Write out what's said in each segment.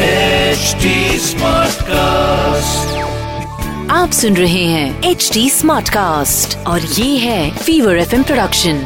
HD Smartcast. आप सुन रहे हैं एच डी स्मार्ट कास्ट और ये है fever F production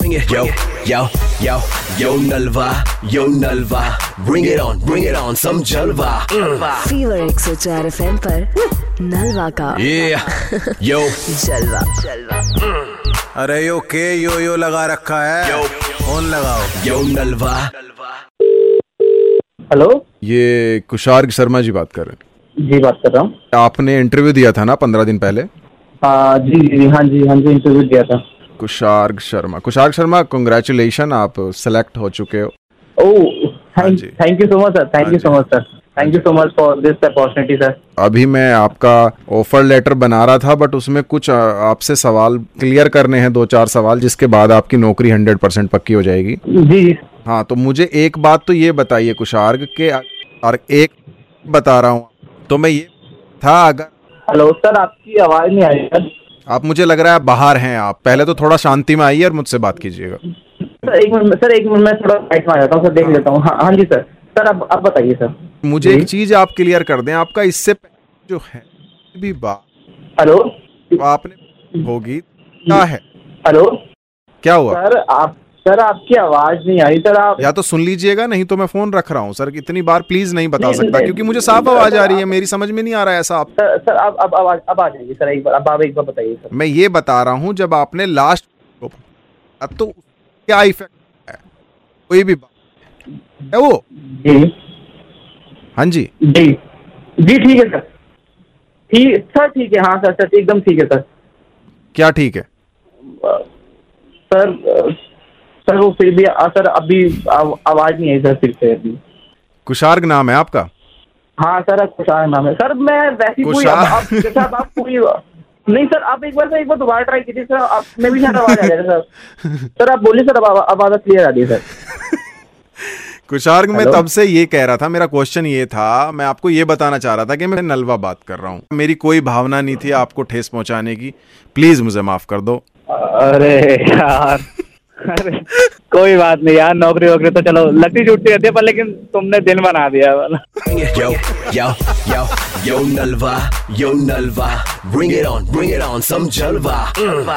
Bring it. Yo, yo, yo, yo Nalva, yo Nalva. Bring it on, bring it on, some Jalva. Mm. Fever एक सौ चार एफ एम नलवा का Yeah, yo, जलवा जलवा अरे यो के यो यो लगा रखा है फोन लगाओ yo Nalva. हेलो ये कुशार्ग शर्मा जी बात कर रहे हैं जी बात कर रहा हूँ आपने इंटरव्यू दिया था ना पंद्रह दिन पहले हाँ जी जी हाँ जी हाँ जी इंटरव्यू दिया था कुशार्ग शर्मा कुशार्ग शर्मा कंग्रेचुलेशन आप सेलेक्ट हो चुके हो ओ हाँ जी। Thank you so much sir thank you so much sir thank you so much for this opportunity sir अभी मैं आपका ऑफर लेटर बना रहा था बट उसमें कुछ अ, आपसे सवाल क्लियर करने हैं दो चार सवाल जिसके बाद आपकी नौकरी हंड्रेड परसेंट पक्की हो जाएगी जी जी हाँ तो मुझे एक बात तो ये बताइए कुशार्ग के और एक बता रहा हूँ तो मैं ये था अगर हेलो सर आपकी आवाज़ नहीं आ रही सर आप मुझे लग रहा है आप बाहर हैं आप पहले तो थोड़ा शांति में आइए और मुझसे बात कीजिएगा सर एक मिनट सर एक मिनट मैं थोड़ा साइड में आ जाता हूँ सर देख लेता हूँ हाँ हाँ जी सर सर अब अब बताइए सर मुझे एक चीज आप क्लियर कर दें आपका इससे पहले जो है भी बात हेलो आपने होगी क्या है हेलो क्या हुआ सर आप सर आपकी आवाज़ नहीं आ रही सर आप या तो सुन लीजिएगा नहीं तो मैं फोन रख रहा हूँ सर इतनी बार प्लीज नहीं बता नहीं, सकता नहीं, क्योंकि मुझे साफ नहीं, आवाज नहीं, आ रही है आप- मेरी समझ में नहीं आ रहा है ऐसा आप सर सर अब अब आवाज अब आ जाइए सर एक बार अब आप एक बार बताइए सर मैं ये बता रहा हूँ जब आपने लास्ट अब तो क्या इफेक्ट है कोई भी बात है वो जी हाँ जी जी जी ठीक है सर ठीक सर ठीक है हाँ सर सर एकदम ठीक है सर क्या ठीक है अ, सर अ, सर वो फिर भी अ, सर अभी आव- आवाज़ नहीं आई सर फिर से अभी कुशार्ग नाम है आपका हाँ सर अब कुछ आया नाम है सर मैं वैसे ही पूरी अब कुशाल। अब- जैसे अब आप पूरी नहीं सर आप एक बार सर एक बार दोबारा ट्राई कीजिए सर आप में भी शायद आवाज़ आ जाएगा सर सर आप बोलिए सर अब आवा- अब आवाज़ क्लियर आ रही है सर कुशार्ग मैं हेलो? तब से ये कह रहा था मेरा क्वेश्चन ये था मैं आपको ये बताना चाह रहा था कि मैं नलवा बात कर रहा हूँ मेरी कोई भावना नहीं थी आपको ठेस पहुंचाने की प्लीज मुझे माफ कर दो अरे यार अरे कोई बात नहीं यार नौकरी वोकरी तो चलो लती जुटती रहती है पर लेकिन तुमने दिल बना दिया वाला Bring it, yo, yo, yo, yo Nalva, yo Nalva. Bring it on, bring it on, some Jalva. Mm.